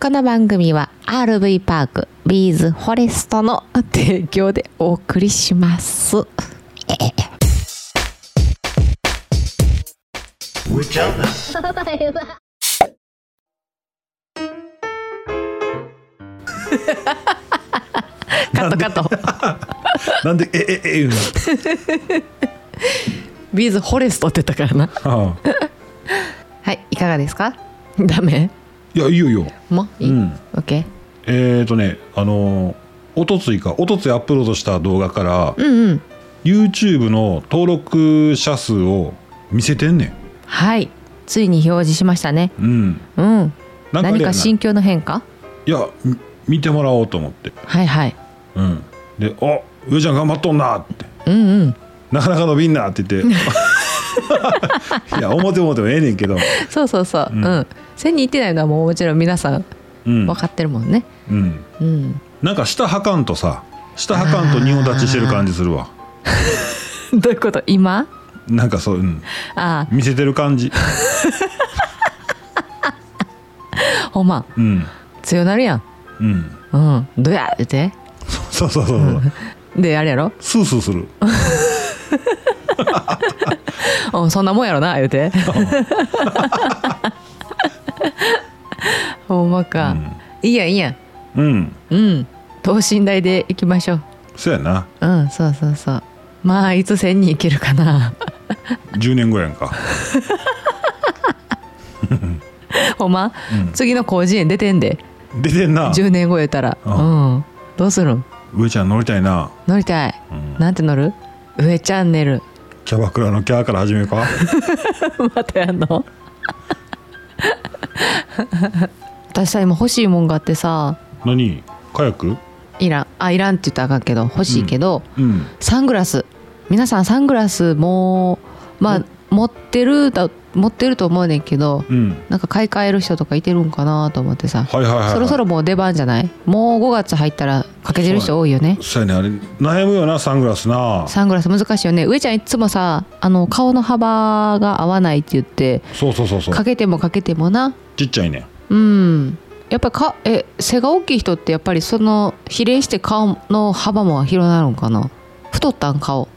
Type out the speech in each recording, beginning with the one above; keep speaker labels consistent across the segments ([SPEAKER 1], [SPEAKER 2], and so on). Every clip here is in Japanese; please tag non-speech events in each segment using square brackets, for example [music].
[SPEAKER 1] この番組は RV パークビーズフォレストの提供でお送りします。カットカット。
[SPEAKER 2] なんでえええ言うの
[SPEAKER 1] ビーズフォレストって言ったからな。
[SPEAKER 2] ああ
[SPEAKER 1] はい、いかがですかダメ
[SPEAKER 2] いやいいよいいよ
[SPEAKER 1] もういい、
[SPEAKER 2] うん
[SPEAKER 1] ?OK。
[SPEAKER 2] えー、とねあのおとついかおとついアップロードした動画から、
[SPEAKER 1] うんうん。
[SPEAKER 2] YouTube の登録者数を見せてんね
[SPEAKER 1] はい。ついに表示しましたね。
[SPEAKER 2] んうん
[SPEAKER 1] うん。
[SPEAKER 2] なんかあれやな
[SPEAKER 1] 何か心境の変化
[SPEAKER 2] いやみ見てもらおうと思って
[SPEAKER 1] はいはい。
[SPEAKER 2] うんで「あ上ちゃん頑張っとんな」って
[SPEAKER 1] うんうん。
[SPEAKER 2] 「なかなか伸びんな」って言っていや思っても思ってもええねんけど
[SPEAKER 1] そうそうそう。う
[SPEAKER 2] うん
[SPEAKER 1] ん。1000人いってないのはもうもちろん皆さん
[SPEAKER 2] うん
[SPEAKER 1] 分かってるもんね。
[SPEAKER 2] うん
[SPEAKER 1] うん。
[SPEAKER 2] なんか下はかんとさ下はかんと仁王立ちしてる感じするわ
[SPEAKER 1] どういうこと今
[SPEAKER 2] なんかそう、うん、
[SPEAKER 1] あ
[SPEAKER 2] 見せてる感じ
[SPEAKER 1] あ、ほんま。
[SPEAKER 2] うん
[SPEAKER 1] 強なるやん。
[SPEAKER 2] うん
[SPEAKER 1] うん。どや言って。
[SPEAKER 2] そうそうそうそう
[SPEAKER 1] で、あれやろ
[SPEAKER 2] スースーする
[SPEAKER 1] うん、そんなもんやろな、言うて。ほんまか。いいやん、いいやん。
[SPEAKER 2] うん
[SPEAKER 1] うん。等身大でいきましょう。
[SPEAKER 2] そうやな
[SPEAKER 1] うん、そうそうそう。まあ、いつ1000人いけるかな。 [laughs]
[SPEAKER 2] 10年後やんか
[SPEAKER 1] ほんま、
[SPEAKER 2] うん
[SPEAKER 1] 次の広辞苑出てんで。
[SPEAKER 2] 出てんな
[SPEAKER 1] 10年後言ったら。
[SPEAKER 2] あ
[SPEAKER 1] うん。どうするん
[SPEAKER 2] 上ちゃん乗りたいな、
[SPEAKER 1] 乗りたい。
[SPEAKER 2] うん、
[SPEAKER 1] なんて乗る上チャンネル。 [laughs]
[SPEAKER 2] キャバクラのキャーから始めるか
[SPEAKER 1] またやん
[SPEAKER 2] [laughs]
[SPEAKER 1] の私さ今欲しいもんがあってさ
[SPEAKER 2] 何カヤック
[SPEAKER 1] いらんあいらんって言ったらあかんけど欲しいけど、
[SPEAKER 2] うん
[SPEAKER 1] サングラス皆さんサングラスもうまあ持ってるだ持ってると思うねんけど
[SPEAKER 2] うん
[SPEAKER 1] なんか買い替える人とかいてるんかなと思ってさ、
[SPEAKER 2] はいはいはい、はい、
[SPEAKER 1] そろそろもう出番じゃないもう5月入ったらかけてる人多いよね
[SPEAKER 2] そうやねあれ悩むよなサングラスな
[SPEAKER 1] サングラス難しいよね上ちゃんいつもさあの顔の幅が合わないって言って
[SPEAKER 2] そうそうそうそう
[SPEAKER 1] かけてもかけてもな
[SPEAKER 2] ちっちゃいね
[SPEAKER 1] うんやっぱかえ背が大きい人ってやっぱりその比例して顔の幅も広なるんかな太ったん顔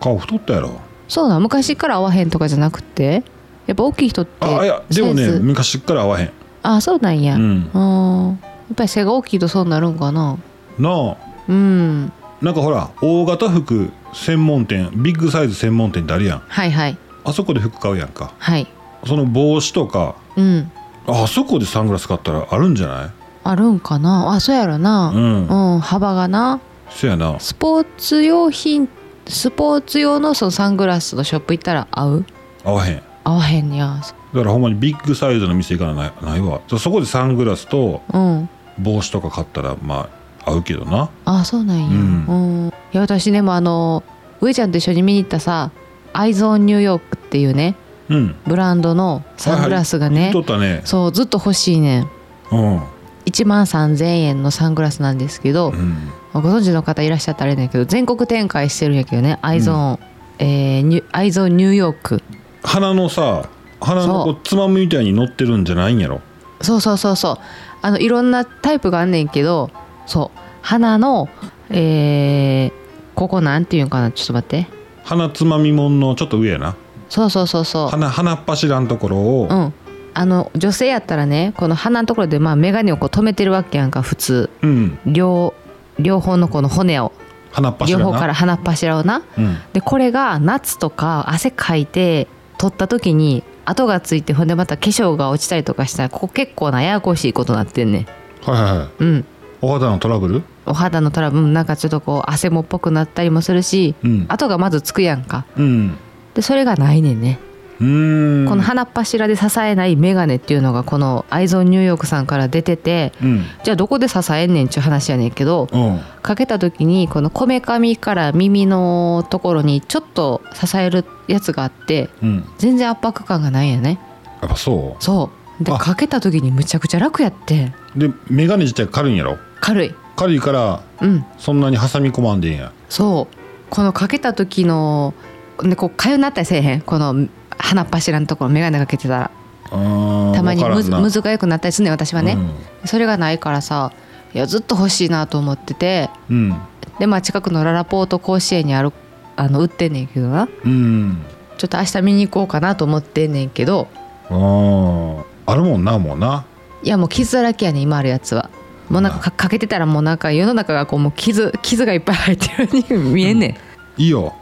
[SPEAKER 2] 顔太ったやろ
[SPEAKER 1] そうなん昔から合わへんとかじゃなくてやっぱ大きい人って
[SPEAKER 2] ああいやでも
[SPEAKER 1] サ
[SPEAKER 2] ね
[SPEAKER 1] イズ
[SPEAKER 2] 昔っから合わへん
[SPEAKER 1] あそうなんや、
[SPEAKER 2] う
[SPEAKER 1] うん、
[SPEAKER 2] ん
[SPEAKER 1] やっぱり背が大きいとそうなるんかな
[SPEAKER 2] な
[SPEAKER 1] うん
[SPEAKER 2] あなんかほら大型服専門店ビッグサイズ専門店ってあるやん
[SPEAKER 1] はいはい
[SPEAKER 2] あそこで服買うやんか
[SPEAKER 1] はい
[SPEAKER 2] その帽子とか
[SPEAKER 1] うん
[SPEAKER 2] ああそこでサングラス買ったらあるんじゃない
[SPEAKER 1] あるんかなあそうやろ
[SPEAKER 2] う
[SPEAKER 1] な、
[SPEAKER 2] ん、
[SPEAKER 1] うん、幅がな
[SPEAKER 2] そやな
[SPEAKER 1] スポーツ用品スポーツ用のそのサングラスのショップ行ったら合う
[SPEAKER 2] 合わへん
[SPEAKER 1] 合わへんや
[SPEAKER 2] だからほんまにビッグサイズの店行かなないないわそこでサングラスと
[SPEAKER 1] うん
[SPEAKER 2] 帽子とか買ったらまあ合うけどな
[SPEAKER 1] あそうなんや、う
[SPEAKER 2] うん
[SPEAKER 1] いや私でもあの上ちゃんと一緒に見に行ったさアイゾーンニューヨークっていうね
[SPEAKER 2] うん
[SPEAKER 1] ブランドのサングラスがね、
[SPEAKER 2] 言っとったね
[SPEAKER 1] そうずっと欲しいねん
[SPEAKER 2] うん、
[SPEAKER 1] 1万3,000円のサングラスなんですけど
[SPEAKER 2] う、ん、
[SPEAKER 1] ご存知の方いらっしゃったらあれだけど全国展開してるんやけどねアイゾーン、えーニュアイゾーンニューヨーク
[SPEAKER 2] 鼻のさ鼻の
[SPEAKER 1] そ
[SPEAKER 2] こ
[SPEAKER 1] う
[SPEAKER 2] うつまむみたいに乗ってるんじゃないんやろ
[SPEAKER 1] そうそうそうそうあのいろんなタイプがあんねんけどそう花のえーここなんていうんかなちょっと待って
[SPEAKER 2] 鼻つまみもんのちょっと上やな
[SPEAKER 1] そうそうそうそう
[SPEAKER 2] 鼻鼻っ柱のところを、
[SPEAKER 1] うん、あの女性やったらねこの鼻のところでまあ眼鏡をこう止めてるわけやんか普通
[SPEAKER 2] うん
[SPEAKER 1] 両両方のこの骨を
[SPEAKER 2] 鼻っ
[SPEAKER 1] 両
[SPEAKER 2] 柱な
[SPEAKER 1] 方から鼻っ柱をな
[SPEAKER 2] うん、
[SPEAKER 1] でこれが夏とか汗かいて取った時に跡がついてほんでまた化粧が落ちたりとかしたらここ結構なややこしいことになってんねん
[SPEAKER 2] はいはいはい
[SPEAKER 1] うん
[SPEAKER 2] お肌のトラブル
[SPEAKER 1] お肌のトラブルなんかちょっとこう汗もっぽくなったりもするし
[SPEAKER 2] うん
[SPEAKER 1] 跡がまずつくやんか
[SPEAKER 2] うん
[SPEAKER 1] でそれがないねんね
[SPEAKER 2] うーん
[SPEAKER 1] この鼻っ柱で支えない眼鏡っていうのがこのアイゾンニューヨークさんから出てて
[SPEAKER 2] うん
[SPEAKER 1] じゃあどこで支えんねんっちゅう話やねんけど
[SPEAKER 2] うん
[SPEAKER 1] かけた時にこのこめかみから耳のところにちょっと支えるやつがあって
[SPEAKER 2] うん
[SPEAKER 1] 全然圧迫感がないんやね
[SPEAKER 2] やっぱそ
[SPEAKER 1] そうで
[SPEAKER 2] あ
[SPEAKER 1] かけた時にむちゃくちゃ楽やってん
[SPEAKER 2] うで眼鏡自体軽いんやろ
[SPEAKER 1] 軽い
[SPEAKER 2] 軽いから
[SPEAKER 1] うん
[SPEAKER 2] そんなに挟み込まんでいいんや
[SPEAKER 1] そうこのかけた時のねこうかゆなったりせえへんこの鼻っ柱のところ眼鏡かけてたらたまにむずむ
[SPEAKER 2] ず
[SPEAKER 1] ずがよくなったりするねん私はね、それがないからさいやずっと欲しいなと思ってて
[SPEAKER 2] うん
[SPEAKER 1] でまあ近くのララポート甲子園にあるあの売ってんねんけどな
[SPEAKER 2] うん
[SPEAKER 1] ちょっと明日見に行こうかなと思ってんねんけど
[SPEAKER 2] うんあああるもんなもうない
[SPEAKER 1] やもう傷だらけやねん今あるやつはもうなんかかかけてたらもうなんか世の中がこうもう傷傷がいっぱい入ってるように見えんねん、い
[SPEAKER 2] いいよ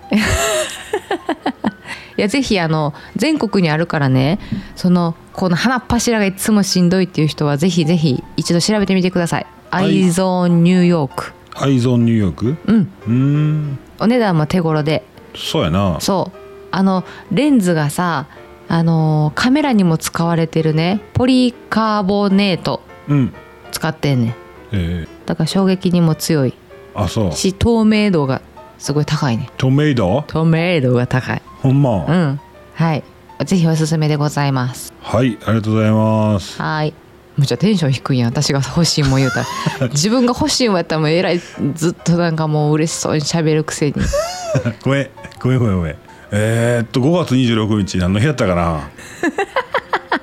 [SPEAKER 1] やぜひあの全国にあるからねそのこの鼻っ柱がいつもしんどいっていう人はぜひぜひ一度調べてみてくださいア
[SPEAKER 2] はい
[SPEAKER 1] イゾーンニューヨーク
[SPEAKER 2] アイゾンニューヨーク
[SPEAKER 1] うん
[SPEAKER 2] うーん
[SPEAKER 1] お値段も手頃で
[SPEAKER 2] そうやな
[SPEAKER 1] そうあのレンズがさあのーカメラにも使われてるねポリカーボネート
[SPEAKER 2] うん
[SPEAKER 1] 使ってんねん
[SPEAKER 2] ええ
[SPEAKER 1] だから衝撃にも強い
[SPEAKER 2] あそう
[SPEAKER 1] し透明度がすごい高いね
[SPEAKER 2] トメイド
[SPEAKER 1] 透明度が高い
[SPEAKER 2] ほんま、
[SPEAKER 1] うんはいぜひおすすめでございます
[SPEAKER 2] はいありがとうございます
[SPEAKER 1] はいむっちゃテンション低いやん私が欲しいもん言うた [laughs] ら自分が欲しいもんやったらもうえらいずっとなんかもう嬉しそうに喋るくせに
[SPEAKER 2] ごめんごめんごめんごめんえー、っと5月26日何の日やったかな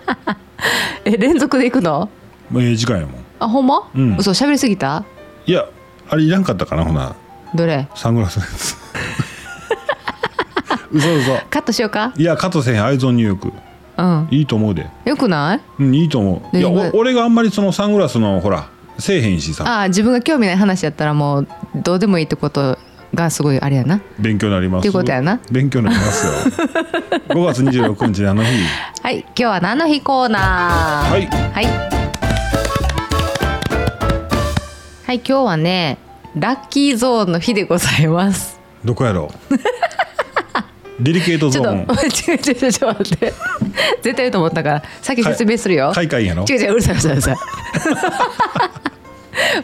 [SPEAKER 1] [laughs] え連続で行くの
[SPEAKER 2] もうええ時間やもん
[SPEAKER 1] あほんま、
[SPEAKER 2] うん
[SPEAKER 1] 嘘喋りすぎた
[SPEAKER 2] いやあれいらんかったかなほな
[SPEAKER 1] どれ
[SPEAKER 2] サングラ
[SPEAKER 1] [laughs]
[SPEAKER 2] スのやつ嘘嘘
[SPEAKER 1] カットしようか
[SPEAKER 2] いや加藤せんアイゾンニューヨーク
[SPEAKER 1] うん
[SPEAKER 2] いいと思うで
[SPEAKER 1] よくない
[SPEAKER 2] うんいいと思ういや
[SPEAKER 1] ね
[SPEAKER 2] お俺があんまりそのサングラスのほらせえへんしさ
[SPEAKER 1] ああ自分が興味ない話やったらもうどうでもいいってことがすごいあれやな
[SPEAKER 2] 勉強になります
[SPEAKER 1] っていうことやな
[SPEAKER 2] 勉強になりますよ
[SPEAKER 1] [laughs]
[SPEAKER 2] 5月26日のあの日
[SPEAKER 1] はい今日は何の日コーナー
[SPEAKER 2] はい
[SPEAKER 1] はいはい今日はねラッキーゾーンの日でございます
[SPEAKER 2] どこやろ
[SPEAKER 1] [laughs]
[SPEAKER 2] うデリケート
[SPEAKER 1] ち
[SPEAKER 2] ゾ
[SPEAKER 1] ょっと [laughs]
[SPEAKER 2] ーン
[SPEAKER 1] 違う違う違うちょっと待って絶対言うと思ったから先説明するよ、
[SPEAKER 2] 海外やろ
[SPEAKER 1] 違う違ううるさいうるさいうるさい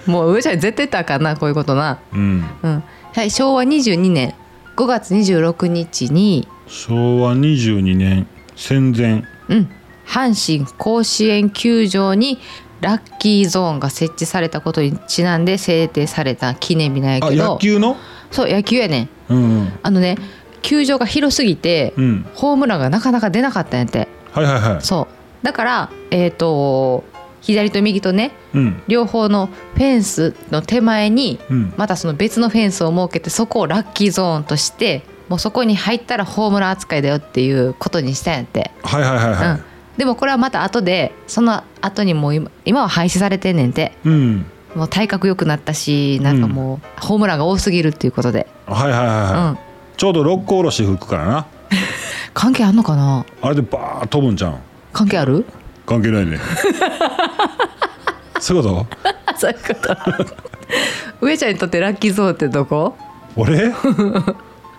[SPEAKER 1] もううるさい [laughs] 絶対言ったらあかんなこういうことな
[SPEAKER 2] うん
[SPEAKER 1] うんはい昭和22年5月26日に
[SPEAKER 2] 昭和22年戦前
[SPEAKER 1] うん、阪神甲子園球場にラッキーゾーンが設置されたことにちなんで制定された記念日なんや
[SPEAKER 2] あ
[SPEAKER 1] けど
[SPEAKER 2] 野球の
[SPEAKER 1] そう野球やねん
[SPEAKER 2] うんうん
[SPEAKER 1] あのね球場が広すぎて、
[SPEAKER 2] うん
[SPEAKER 1] ホームランがなかなか出なかったんやって
[SPEAKER 2] はいはいはい
[SPEAKER 1] そうだからえっ、と左と右とね
[SPEAKER 2] うん
[SPEAKER 1] 両方のフェンスの手前に
[SPEAKER 2] うん
[SPEAKER 1] またその別のフェンスを設けてそこをラッキーゾーンとしてもうそこに入ったらホームラン扱いだよっていうことにしたんやって
[SPEAKER 2] はいはいはいは
[SPEAKER 1] うん、でもこれはまた後でその後にもう今今は廃止されてんねんて
[SPEAKER 2] いうん
[SPEAKER 1] もう体格良くなったしなんかもう、ホームランが多すぎるっていうことで、
[SPEAKER 2] はいはいはいはい
[SPEAKER 1] うん、
[SPEAKER 2] ちょうど六甲おろし吹くからな
[SPEAKER 1] 関係あんのかな
[SPEAKER 2] あれでバーッ飛ぶんじゃん
[SPEAKER 1] 関係ある [laughs]
[SPEAKER 2] 関係ないねそういうこと
[SPEAKER 1] そういうこと上ちゃんにとってラッキーゾーンってどこ
[SPEAKER 2] 俺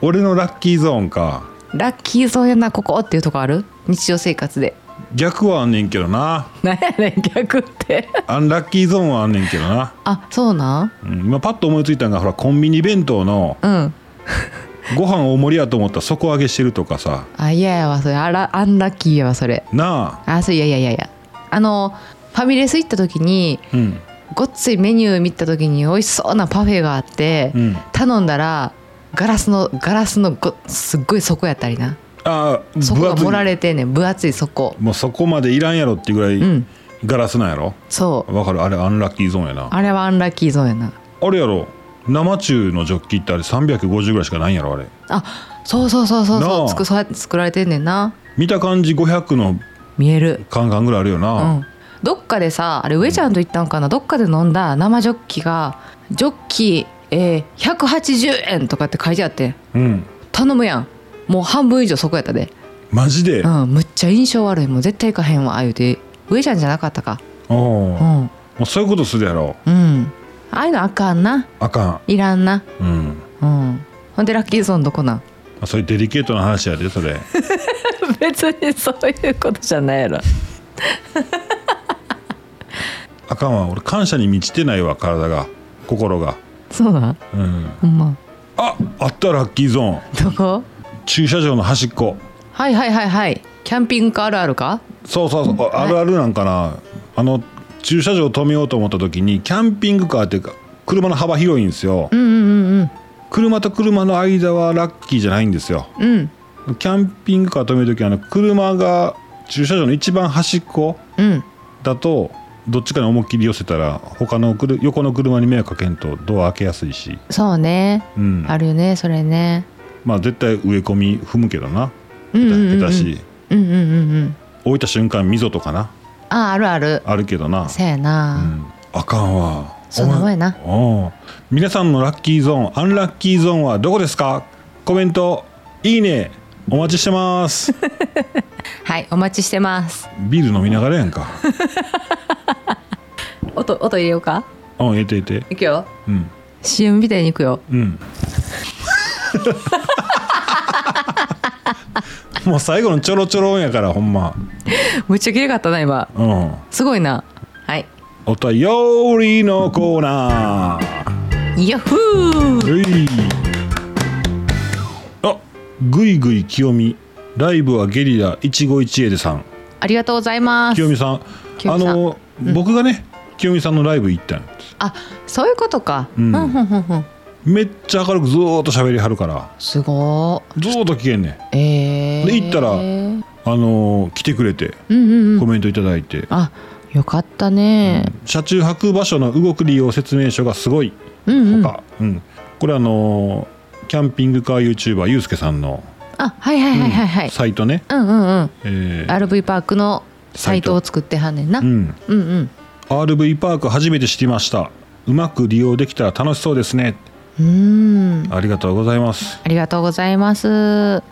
[SPEAKER 2] 俺のラッキーゾーンか
[SPEAKER 1] ラッキーゾーンやなここっていうとこある日常生活で
[SPEAKER 2] 逆はあんねんけどな
[SPEAKER 1] なんやねん逆って
[SPEAKER 2] アンラッキーゾーンはあんねんけどな、
[SPEAKER 1] あそうなん
[SPEAKER 2] うん、今パッと思いついたのがほらコンビニ弁当の
[SPEAKER 1] うん
[SPEAKER 2] ご飯大盛りやと思ったら底上げしてるとかさ
[SPEAKER 1] あいややわそれあらアンラッキーやわそれ
[SPEAKER 2] な
[SPEAKER 1] あそういやいやいやいやあのファミレス行った時に
[SPEAKER 2] あうん
[SPEAKER 1] ごっついメニュー見た時に美味しそうなパフェがあって、
[SPEAKER 2] うん
[SPEAKER 1] 頼んだらガラスのガラスのごすっごい底やったりな
[SPEAKER 2] ああ
[SPEAKER 1] そこ
[SPEAKER 2] 分
[SPEAKER 1] が
[SPEAKER 2] 厚い
[SPEAKER 1] 盛られてんねん分厚い底
[SPEAKER 2] もうそこまでいらんやろっていうぐらい、
[SPEAKER 1] うん
[SPEAKER 2] ガラスなんやろ
[SPEAKER 1] そう
[SPEAKER 2] わかるあれアンラッキーゾーンやなあ
[SPEAKER 1] あれはアンラッキーゾーンやな
[SPEAKER 2] れやろ生中のジョッキってあれ350ぐらいしかないんやろあれ
[SPEAKER 1] あそうそうそうそう
[SPEAKER 2] な
[SPEAKER 1] そ
[SPEAKER 2] あ
[SPEAKER 1] う作そうやって作られてんねんな
[SPEAKER 2] 見た感じ500の
[SPEAKER 1] 見える
[SPEAKER 2] カンカンぐらいあるよ
[SPEAKER 1] う
[SPEAKER 2] な、
[SPEAKER 1] んどっかでさあれ上ちゃんと行ったんかなどっかで飲んだ生ジョッキがジョッキ、えー、180円とかって書いてあって
[SPEAKER 2] うん
[SPEAKER 1] 頼むやんもう半分以上そこやったで
[SPEAKER 2] マジで、
[SPEAKER 1] うん、むっちゃ印象悪いもう絶対行かへんわああいうて上ちゃんじゃなかったか
[SPEAKER 2] おう
[SPEAKER 1] う
[SPEAKER 2] も
[SPEAKER 1] ん
[SPEAKER 2] うそういうことするやろ
[SPEAKER 1] うんああいうのあかんな
[SPEAKER 2] あか
[SPEAKER 1] いらんなん
[SPEAKER 2] うん
[SPEAKER 1] うんほんでラッキーゾーンどこなん
[SPEAKER 2] あそういうデリケートな話やでそれ
[SPEAKER 1] [laughs] 別にそういうことじゃないやろ
[SPEAKER 2] あかんわ俺感謝に満ちてないわ体が心が
[SPEAKER 1] そうなん
[SPEAKER 2] うん
[SPEAKER 1] ほんま
[SPEAKER 2] ああったラッキーゾーン
[SPEAKER 1] どこ
[SPEAKER 2] 駐車場の端っこ
[SPEAKER 1] はいはいはいはいキャンピングカーあるあるか
[SPEAKER 2] そうそうそうああるあるなんかなあの駐車場止めようと思った時にキャンピングカーっていうか車の幅広いんですよ
[SPEAKER 1] うんうん
[SPEAKER 2] 車と車の間はラッキーじゃないんですよ
[SPEAKER 1] うんうんうん
[SPEAKER 2] キャンピングカー止める時あの車が駐車場の一番端っこ
[SPEAKER 1] うん
[SPEAKER 2] だとどっちかに思いっきり寄せたら他のくる横の車に迷惑かけんとドア開けやすいし、
[SPEAKER 1] そうね
[SPEAKER 2] うん、
[SPEAKER 1] あるよねそれね
[SPEAKER 2] まあ絶対植え込み踏むけどな
[SPEAKER 1] うんうんうんうん
[SPEAKER 2] 下手し
[SPEAKER 1] うんうんうんうん
[SPEAKER 2] 置いた瞬間溝とかな
[SPEAKER 1] ああるある
[SPEAKER 2] あるけどな、
[SPEAKER 1] せや
[SPEAKER 2] う
[SPEAKER 1] なん
[SPEAKER 2] あかんわ
[SPEAKER 1] そんなもんやな
[SPEAKER 2] お皆さんのラッキーゾーンアンラッキーゾーンはどこですかコメントいいねお待ちしてます
[SPEAKER 1] [laughs] はいお待ちしてます
[SPEAKER 2] ビール飲みながらやんか
[SPEAKER 1] 音音入れようか
[SPEAKER 2] うんええてええて
[SPEAKER 1] いくよ
[SPEAKER 2] うん
[SPEAKER 1] CM みたいにいくよ [laughs]
[SPEAKER 2] うんもう最後のちょろちょろやからほんま
[SPEAKER 1] むっちゃ綺麗かったな今
[SPEAKER 2] うん
[SPEAKER 1] すごいなはい
[SPEAKER 2] お便りのコーナー
[SPEAKER 1] ヤッフー
[SPEAKER 2] ういあぐいぐい清美ライブはゲリラ一期一会でさん
[SPEAKER 1] ありがとうございます
[SPEAKER 2] 清美さん
[SPEAKER 1] 清
[SPEAKER 2] あ
[SPEAKER 1] 美さん
[SPEAKER 2] の、僕がね清美さんのライブ行ったんです
[SPEAKER 1] あそういうことか
[SPEAKER 2] う
[SPEAKER 1] うんんうんうんうん
[SPEAKER 2] めっちゃ明るくずーっと喋りはるから
[SPEAKER 1] すご
[SPEAKER 2] ずーっと聞けんねん
[SPEAKER 1] ーえー
[SPEAKER 2] で行ったら
[SPEAKER 1] うん
[SPEAKER 2] あのー来てくれて
[SPEAKER 1] うんう
[SPEAKER 2] コ
[SPEAKER 1] ん
[SPEAKER 2] メントいただいて、
[SPEAKER 1] あよかったね
[SPEAKER 2] 車中泊場所の動く利用説明書がすごい
[SPEAKER 1] うんうん
[SPEAKER 2] とか、うんこれあのーキャンピングカー YouTuber ゆうすけさんの、
[SPEAKER 1] あはいはいはいはいはい
[SPEAKER 2] サイトね、
[SPEAKER 1] うんうんうん
[SPEAKER 2] えー
[SPEAKER 1] RV パークのサイトを作ってはんねんなう
[SPEAKER 2] うんん、
[SPEAKER 1] うん
[SPEAKER 2] RV パーク初めて知りましたうまく利用できたら楽しそうですね
[SPEAKER 1] うーん
[SPEAKER 2] ありがとうございます
[SPEAKER 1] ありがとうございます
[SPEAKER 2] は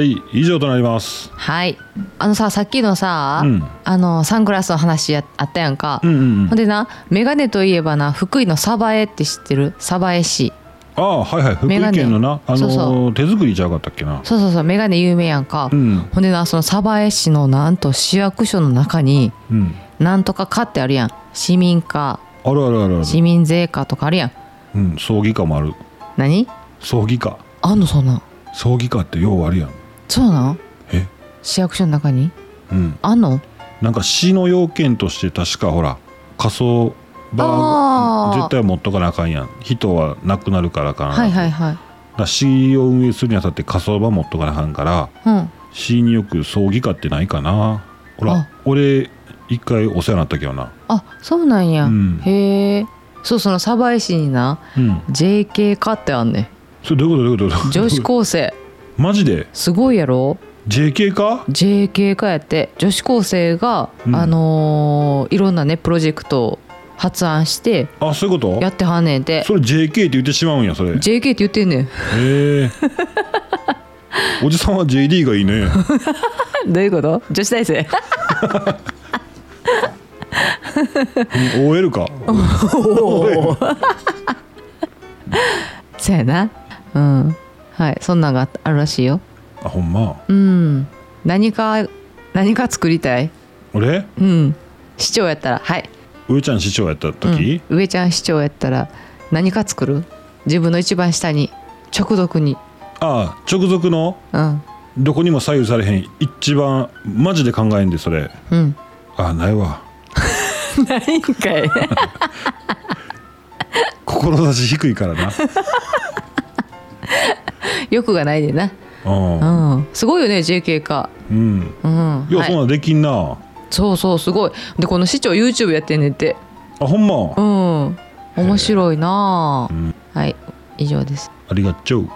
[SPEAKER 2] い以上となります
[SPEAKER 1] はいあのささっきのさ、
[SPEAKER 2] うん
[SPEAKER 1] あのサングラスの話やあったやんか、
[SPEAKER 2] うんうんうん
[SPEAKER 1] ほんでなメガネといえばな福井の鯖江って知ってる鯖江市
[SPEAKER 2] ああはいはい福井
[SPEAKER 1] メガネ
[SPEAKER 2] 県のなあのー
[SPEAKER 1] そうそ
[SPEAKER 2] 手作りじゃなかったっけな
[SPEAKER 1] そうそうそうメガネ有名やんか、
[SPEAKER 2] うん
[SPEAKER 1] ほんでなその鯖江市のなんと市役所の中に
[SPEAKER 2] うん
[SPEAKER 1] なんとか課ってあるやん市民課
[SPEAKER 2] あるあるあるある
[SPEAKER 1] 市民税課とかあるやん
[SPEAKER 2] うん葬儀課もある
[SPEAKER 1] 何
[SPEAKER 2] 葬儀課
[SPEAKER 1] あんのそんなん
[SPEAKER 2] 葬儀課ってようあるやん
[SPEAKER 1] そうなん
[SPEAKER 2] え
[SPEAKER 1] 市役所の中に
[SPEAKER 2] うん
[SPEAKER 1] あんの
[SPEAKER 2] なんか市の要件として確かほら火葬
[SPEAKER 1] あ
[SPEAKER 2] 場
[SPEAKER 1] ー
[SPEAKER 2] 絶対持っとかなあかんやん人は亡くなるからかな、
[SPEAKER 1] はいはいはい
[SPEAKER 2] だから市を運営するにあたって火葬場持っとかなあかんから
[SPEAKER 1] うん
[SPEAKER 2] 死によく葬儀家ってないかなほら
[SPEAKER 1] あ
[SPEAKER 2] 俺一回お世話になったけどな
[SPEAKER 1] あそうなんや、
[SPEAKER 2] うん
[SPEAKER 1] へえそうその鯖江市にな
[SPEAKER 2] うん
[SPEAKER 1] JK 課ってあんねん
[SPEAKER 2] それどういうことどういうことどういう
[SPEAKER 1] 女
[SPEAKER 2] こと
[SPEAKER 1] 子高生
[SPEAKER 2] マジです
[SPEAKER 1] ごいやろ
[SPEAKER 2] JK か
[SPEAKER 1] JK 課やって女子高生が、
[SPEAKER 2] うん
[SPEAKER 1] あのーいろんなねプロジェクトを発案して
[SPEAKER 2] あそういうこと
[SPEAKER 1] やってはんねんて
[SPEAKER 2] それ JK って言ってしまうんやそれへ
[SPEAKER 1] JK って言ってんねん
[SPEAKER 2] えおじさんは JD がい
[SPEAKER 1] [laughs]
[SPEAKER 2] いね
[SPEAKER 1] [laughs] どういうこと女子大生
[SPEAKER 2] うん OL か
[SPEAKER 1] [laughs] そうやなうんはいそんなんがあるらしいよ
[SPEAKER 2] [laughs] あほんま
[SPEAKER 1] うん何か何か作りたい
[SPEAKER 2] 俺
[SPEAKER 1] うん市長やったらはい
[SPEAKER 2] 上ちゃん市長やった時、
[SPEAKER 1] うん、上ちゃん市長やったら何か作る自分の一番下に直属に
[SPEAKER 2] ああ直属の
[SPEAKER 1] うん
[SPEAKER 2] どこにも左右されへん一番マジで考えんでそれ
[SPEAKER 1] うん [laughs]
[SPEAKER 2] ああないわ
[SPEAKER 1] 何かい
[SPEAKER 2] 志低いから
[SPEAKER 1] [laughs]
[SPEAKER 2] な
[SPEAKER 1] [laughs] 欲がないでな
[SPEAKER 2] うん
[SPEAKER 1] うんすごいよね JK か
[SPEAKER 2] うん。
[SPEAKER 1] うん
[SPEAKER 2] いや、
[SPEAKER 1] はい
[SPEAKER 2] そんなんできんな。
[SPEAKER 1] そうそうすごいでこの市長 YouTube やってんねんて
[SPEAKER 2] あ、ほんま。
[SPEAKER 1] う
[SPEAKER 2] あ
[SPEAKER 1] ん面白いなあ、
[SPEAKER 2] ん
[SPEAKER 1] はい以上です
[SPEAKER 2] りがちょう。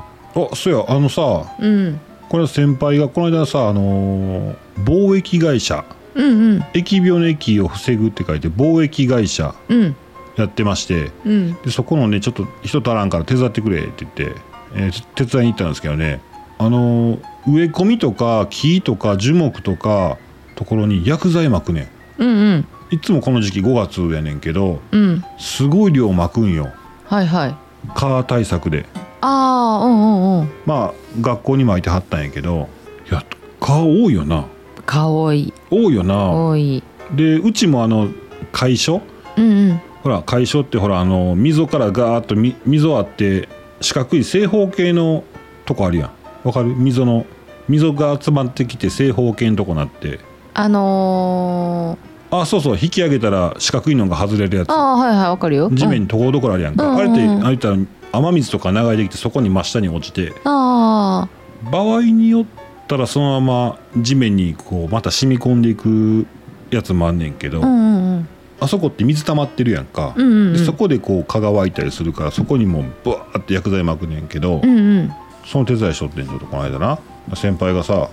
[SPEAKER 2] あ、そうや、あのさ、
[SPEAKER 1] うん
[SPEAKER 2] これ先輩がこの間さ、あのー貿易会社。
[SPEAKER 1] うんうん
[SPEAKER 2] 疫病の疫を防ぐって書いて、貿易会社
[SPEAKER 1] うん
[SPEAKER 2] やってまして。
[SPEAKER 1] うん
[SPEAKER 2] で、そこのね、ちょっと人足らんから手伝ってくれって言って、えー手手伝いに行ったんですけどね。あのー植え込みとか木とか樹木とかところに薬剤まくね
[SPEAKER 1] うんうん
[SPEAKER 2] んいつもこの時期5月やねんけど
[SPEAKER 1] うん
[SPEAKER 2] すごい量まくんよ
[SPEAKER 1] はいはい
[SPEAKER 2] 蚊対策で
[SPEAKER 1] ああうんうんうん
[SPEAKER 2] まあ学校に巻いてはったんやけどいや蚊多いよな
[SPEAKER 1] 顔多い
[SPEAKER 2] 多いよな
[SPEAKER 1] 多い
[SPEAKER 2] でうちもあの海所
[SPEAKER 1] うんうん
[SPEAKER 2] ほら海所ってほらあの溝からガーッとみ溝あって四角い正方形のとこあるやんわかる溝の溝が集まってきて正方形のとこなって
[SPEAKER 1] あのー、
[SPEAKER 2] あそうそう引き上げたら四角いのが外れるやつ
[SPEAKER 1] ああはいはいわかるよ
[SPEAKER 2] 地面にところどころあるやんか、
[SPEAKER 1] うん
[SPEAKER 2] あれって
[SPEAKER 1] うんうん
[SPEAKER 2] あれ言ったら雨水とか流れてきてそこに真下に落ちて
[SPEAKER 1] あ
[SPEAKER 2] 場合によっったらそのまま地面にこうまた染み込んでいくやつもあんねんけど、
[SPEAKER 1] うんうんうん
[SPEAKER 2] あそこって水溜まってるやんか、
[SPEAKER 1] うんうんうん
[SPEAKER 2] でそこでこう蚊が湧いたりするからそこにもうブワーって薬剤巻くねんけど、
[SPEAKER 1] うんうん
[SPEAKER 2] その手伝いしとってんちょっとこの間な先輩がさ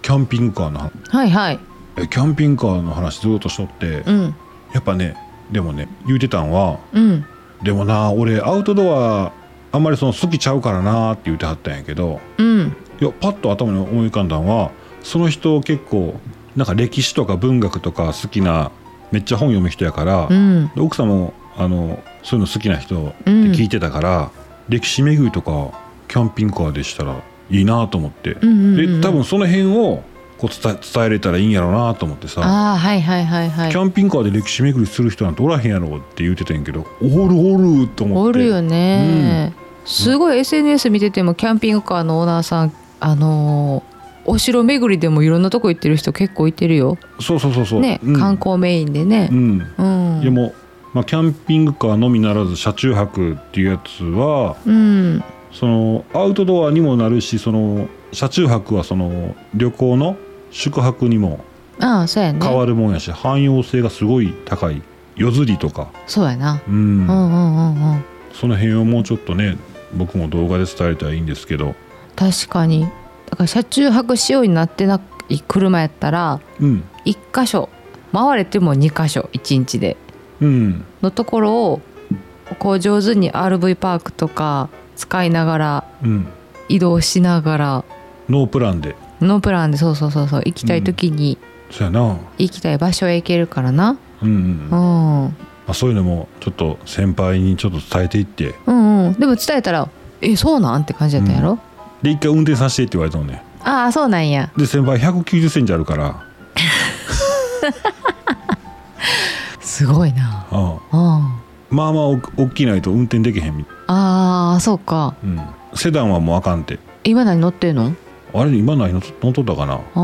[SPEAKER 2] キャンピングカーの
[SPEAKER 1] はいはい
[SPEAKER 2] えキャンピングカーの話ずっとしとって、
[SPEAKER 1] うん
[SPEAKER 2] やっぱねでもね言うてたんは
[SPEAKER 1] うん
[SPEAKER 2] でもな俺アウトドアあんまりその好きちゃうからなって言うてはったんやけど
[SPEAKER 1] うん
[SPEAKER 2] いやパッと頭に思い浮かんだんはその人結構なんか歴史とか文学とか好きなめっちゃ本読む人やから、
[SPEAKER 1] うん
[SPEAKER 2] で奥さんもあのそういうの好きな人って聞いてたから、歴史巡りとかキャンピングカーでしたらいいなと思って、
[SPEAKER 1] うんうんうん
[SPEAKER 2] で多分その辺をこう伝え伝えれたらいいんやろうなと思ってさ
[SPEAKER 1] ああはいはいはいはい
[SPEAKER 2] キャンピングカーで歴史巡りする人なんておらへんやろって言うてたんやけどおるおると思って
[SPEAKER 1] おるよね、すごい SNS 見ててもキャンピングカーのオーナーさんあのーお城巡りでもいろんなとこ行ってる人結構いてるよ
[SPEAKER 2] そうそうそうそう
[SPEAKER 1] ね、
[SPEAKER 2] うん
[SPEAKER 1] 観光メインでね
[SPEAKER 2] うん、
[SPEAKER 1] うん
[SPEAKER 2] いやもう、まあ、キャンピングカーのみならず車中泊っていうやつは
[SPEAKER 1] うん
[SPEAKER 2] そのアウトドアにもなるしその車中泊はその旅行の宿泊にも
[SPEAKER 1] ああそうやね
[SPEAKER 2] 変わるもんやし、汎用性がすごい高い夜釣りとか、
[SPEAKER 1] そうやな
[SPEAKER 2] うん
[SPEAKER 1] うんうんうんうん
[SPEAKER 2] その辺をもうちょっとね僕も動画で伝えたらいいんですけど、
[SPEAKER 1] 確かにだから車中泊仕様になってない車やったら
[SPEAKER 2] うん、
[SPEAKER 1] 1箇所回れても2箇所1日で
[SPEAKER 2] うん
[SPEAKER 1] のところをこう上手に RV パークとか使いながら
[SPEAKER 2] うん
[SPEAKER 1] 移動しながら
[SPEAKER 2] ノープランで
[SPEAKER 1] ノープランでそうそうそうそう行きたい時に
[SPEAKER 2] そうやな
[SPEAKER 1] 行きたい場所へ行けるからな、
[SPEAKER 2] うんうんうん
[SPEAKER 1] う
[SPEAKER 2] ま
[SPEAKER 1] ん、うん
[SPEAKER 2] あ、そういうのもちょっと先輩にちょっと伝えていって
[SPEAKER 1] うんでも伝えたら「えそうなん?」って感じだったんやろ、
[SPEAKER 2] で一回運転させてって言われたのね
[SPEAKER 1] ああそうなんや
[SPEAKER 2] で先輩1 9 0ンチあるから
[SPEAKER 1] すごいな
[SPEAKER 2] ああ
[SPEAKER 1] うん
[SPEAKER 2] まあまあお大きいないと運転できへんみ、
[SPEAKER 1] あーそうか
[SPEAKER 2] うん、セダンはもうあかんって
[SPEAKER 1] 今何乗ってんの
[SPEAKER 2] あれ今ないの乗っとったかな
[SPEAKER 1] ああ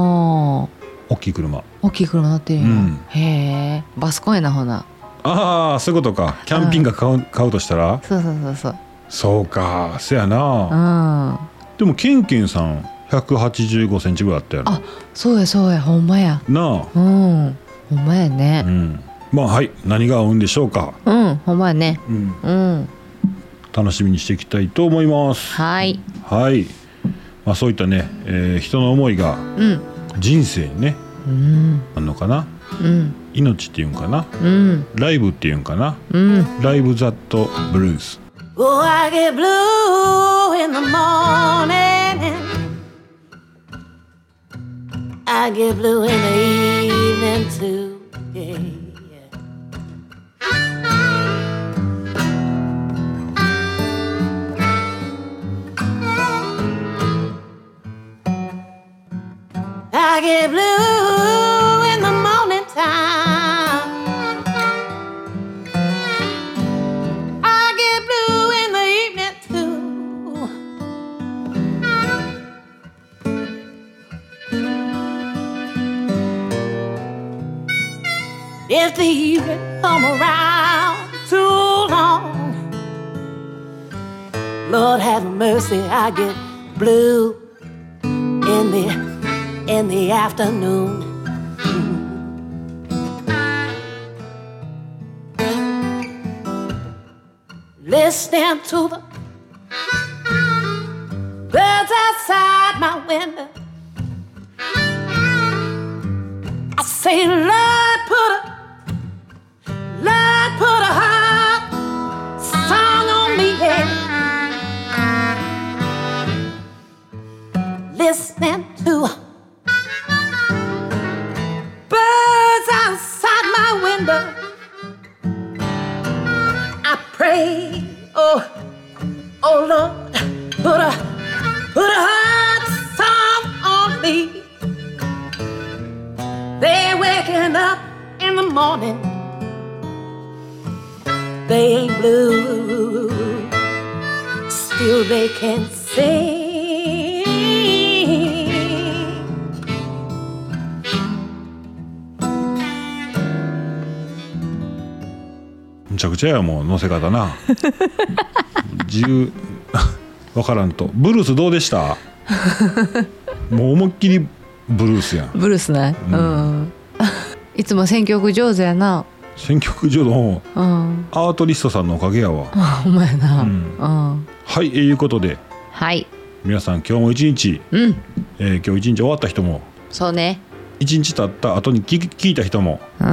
[SPEAKER 2] 大きい車
[SPEAKER 1] 大きい車乗ってるんや、
[SPEAKER 2] うん
[SPEAKER 1] へえバスコンやなほな
[SPEAKER 2] ああそういうことかキャンピングカー買う,、買うとしたら
[SPEAKER 1] そうそうそうそう
[SPEAKER 2] そうかせや
[SPEAKER 1] う
[SPEAKER 2] な、
[SPEAKER 1] ん
[SPEAKER 2] でもケンケンさん1 8 5ンチぐらいあったよな
[SPEAKER 1] あそうやそうやほんまや
[SPEAKER 2] な
[SPEAKER 1] うんほんまや
[SPEAKER 2] あ、う
[SPEAKER 1] ね
[SPEAKER 2] ん、まあはい何が合うんでしょうか、
[SPEAKER 1] うん、ほんまやね
[SPEAKER 2] うん、
[SPEAKER 1] うん
[SPEAKER 2] 楽しみにしていきたいと思います
[SPEAKER 1] はい
[SPEAKER 2] はい、まあ、そういったね、えー人の思いが
[SPEAKER 1] うん
[SPEAKER 2] 人生にね
[SPEAKER 1] うん
[SPEAKER 2] あんのかな
[SPEAKER 1] うん
[SPEAKER 2] 命っていうんかな
[SPEAKER 1] うん
[SPEAKER 2] ライブっていうんかな
[SPEAKER 1] うん
[SPEAKER 2] ライブ・ザット・ブルース
[SPEAKER 3] Oh, I get blue in the morning. I get blue in the evening too. Yeah. I get blue in the morning time. I get blue in the evening too. If the evening come around too long, Lord have mercy, I get blue in the in the afternoon. listening to the birds outside my window. I say, Lord, put a Lord, put a heart song on me. Yeah. Listening to birds outside my window. I pray, oh, oh Lord, put a put a hot song on me. They waking up in the morning. They ain't blue. Still they can sing.
[SPEAKER 2] むちゃくちゃやもう乗せ方な [laughs] 自由わからんとブルースどうでしたもう思いっきりブルースやん
[SPEAKER 1] ブルースねう、
[SPEAKER 2] うん
[SPEAKER 1] [laughs] いつも選曲上手やな
[SPEAKER 2] 選曲所の
[SPEAKER 1] うん
[SPEAKER 2] アートリストさんのおかげやわ
[SPEAKER 1] ほんまやな、う
[SPEAKER 2] うん
[SPEAKER 1] ん
[SPEAKER 2] はいえーいうことで
[SPEAKER 1] はい
[SPEAKER 2] 皆さん今日も一日、
[SPEAKER 1] うん
[SPEAKER 2] えー今日一日終わった人も
[SPEAKER 1] そうね
[SPEAKER 2] 一日経った後に聞き聞いた人も
[SPEAKER 1] うん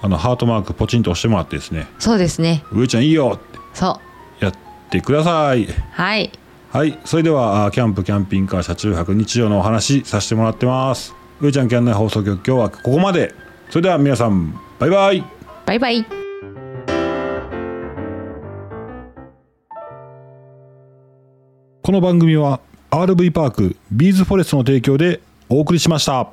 [SPEAKER 2] あのハートマークポチンと押してもらってですね
[SPEAKER 1] そうですね
[SPEAKER 2] 「上ちゃんいいよ!」
[SPEAKER 1] そ
[SPEAKER 2] ってやってくださいう
[SPEAKER 1] はい
[SPEAKER 2] はいそれではあーキャンプキャンピングカー車中泊日常のお話させてもらってます上ちゃんキャン内放送局今日はここまでそれでは皆さんバイバイ
[SPEAKER 1] バイバイ
[SPEAKER 2] この番組は RV パークビーズフォレストの提供でお送りしました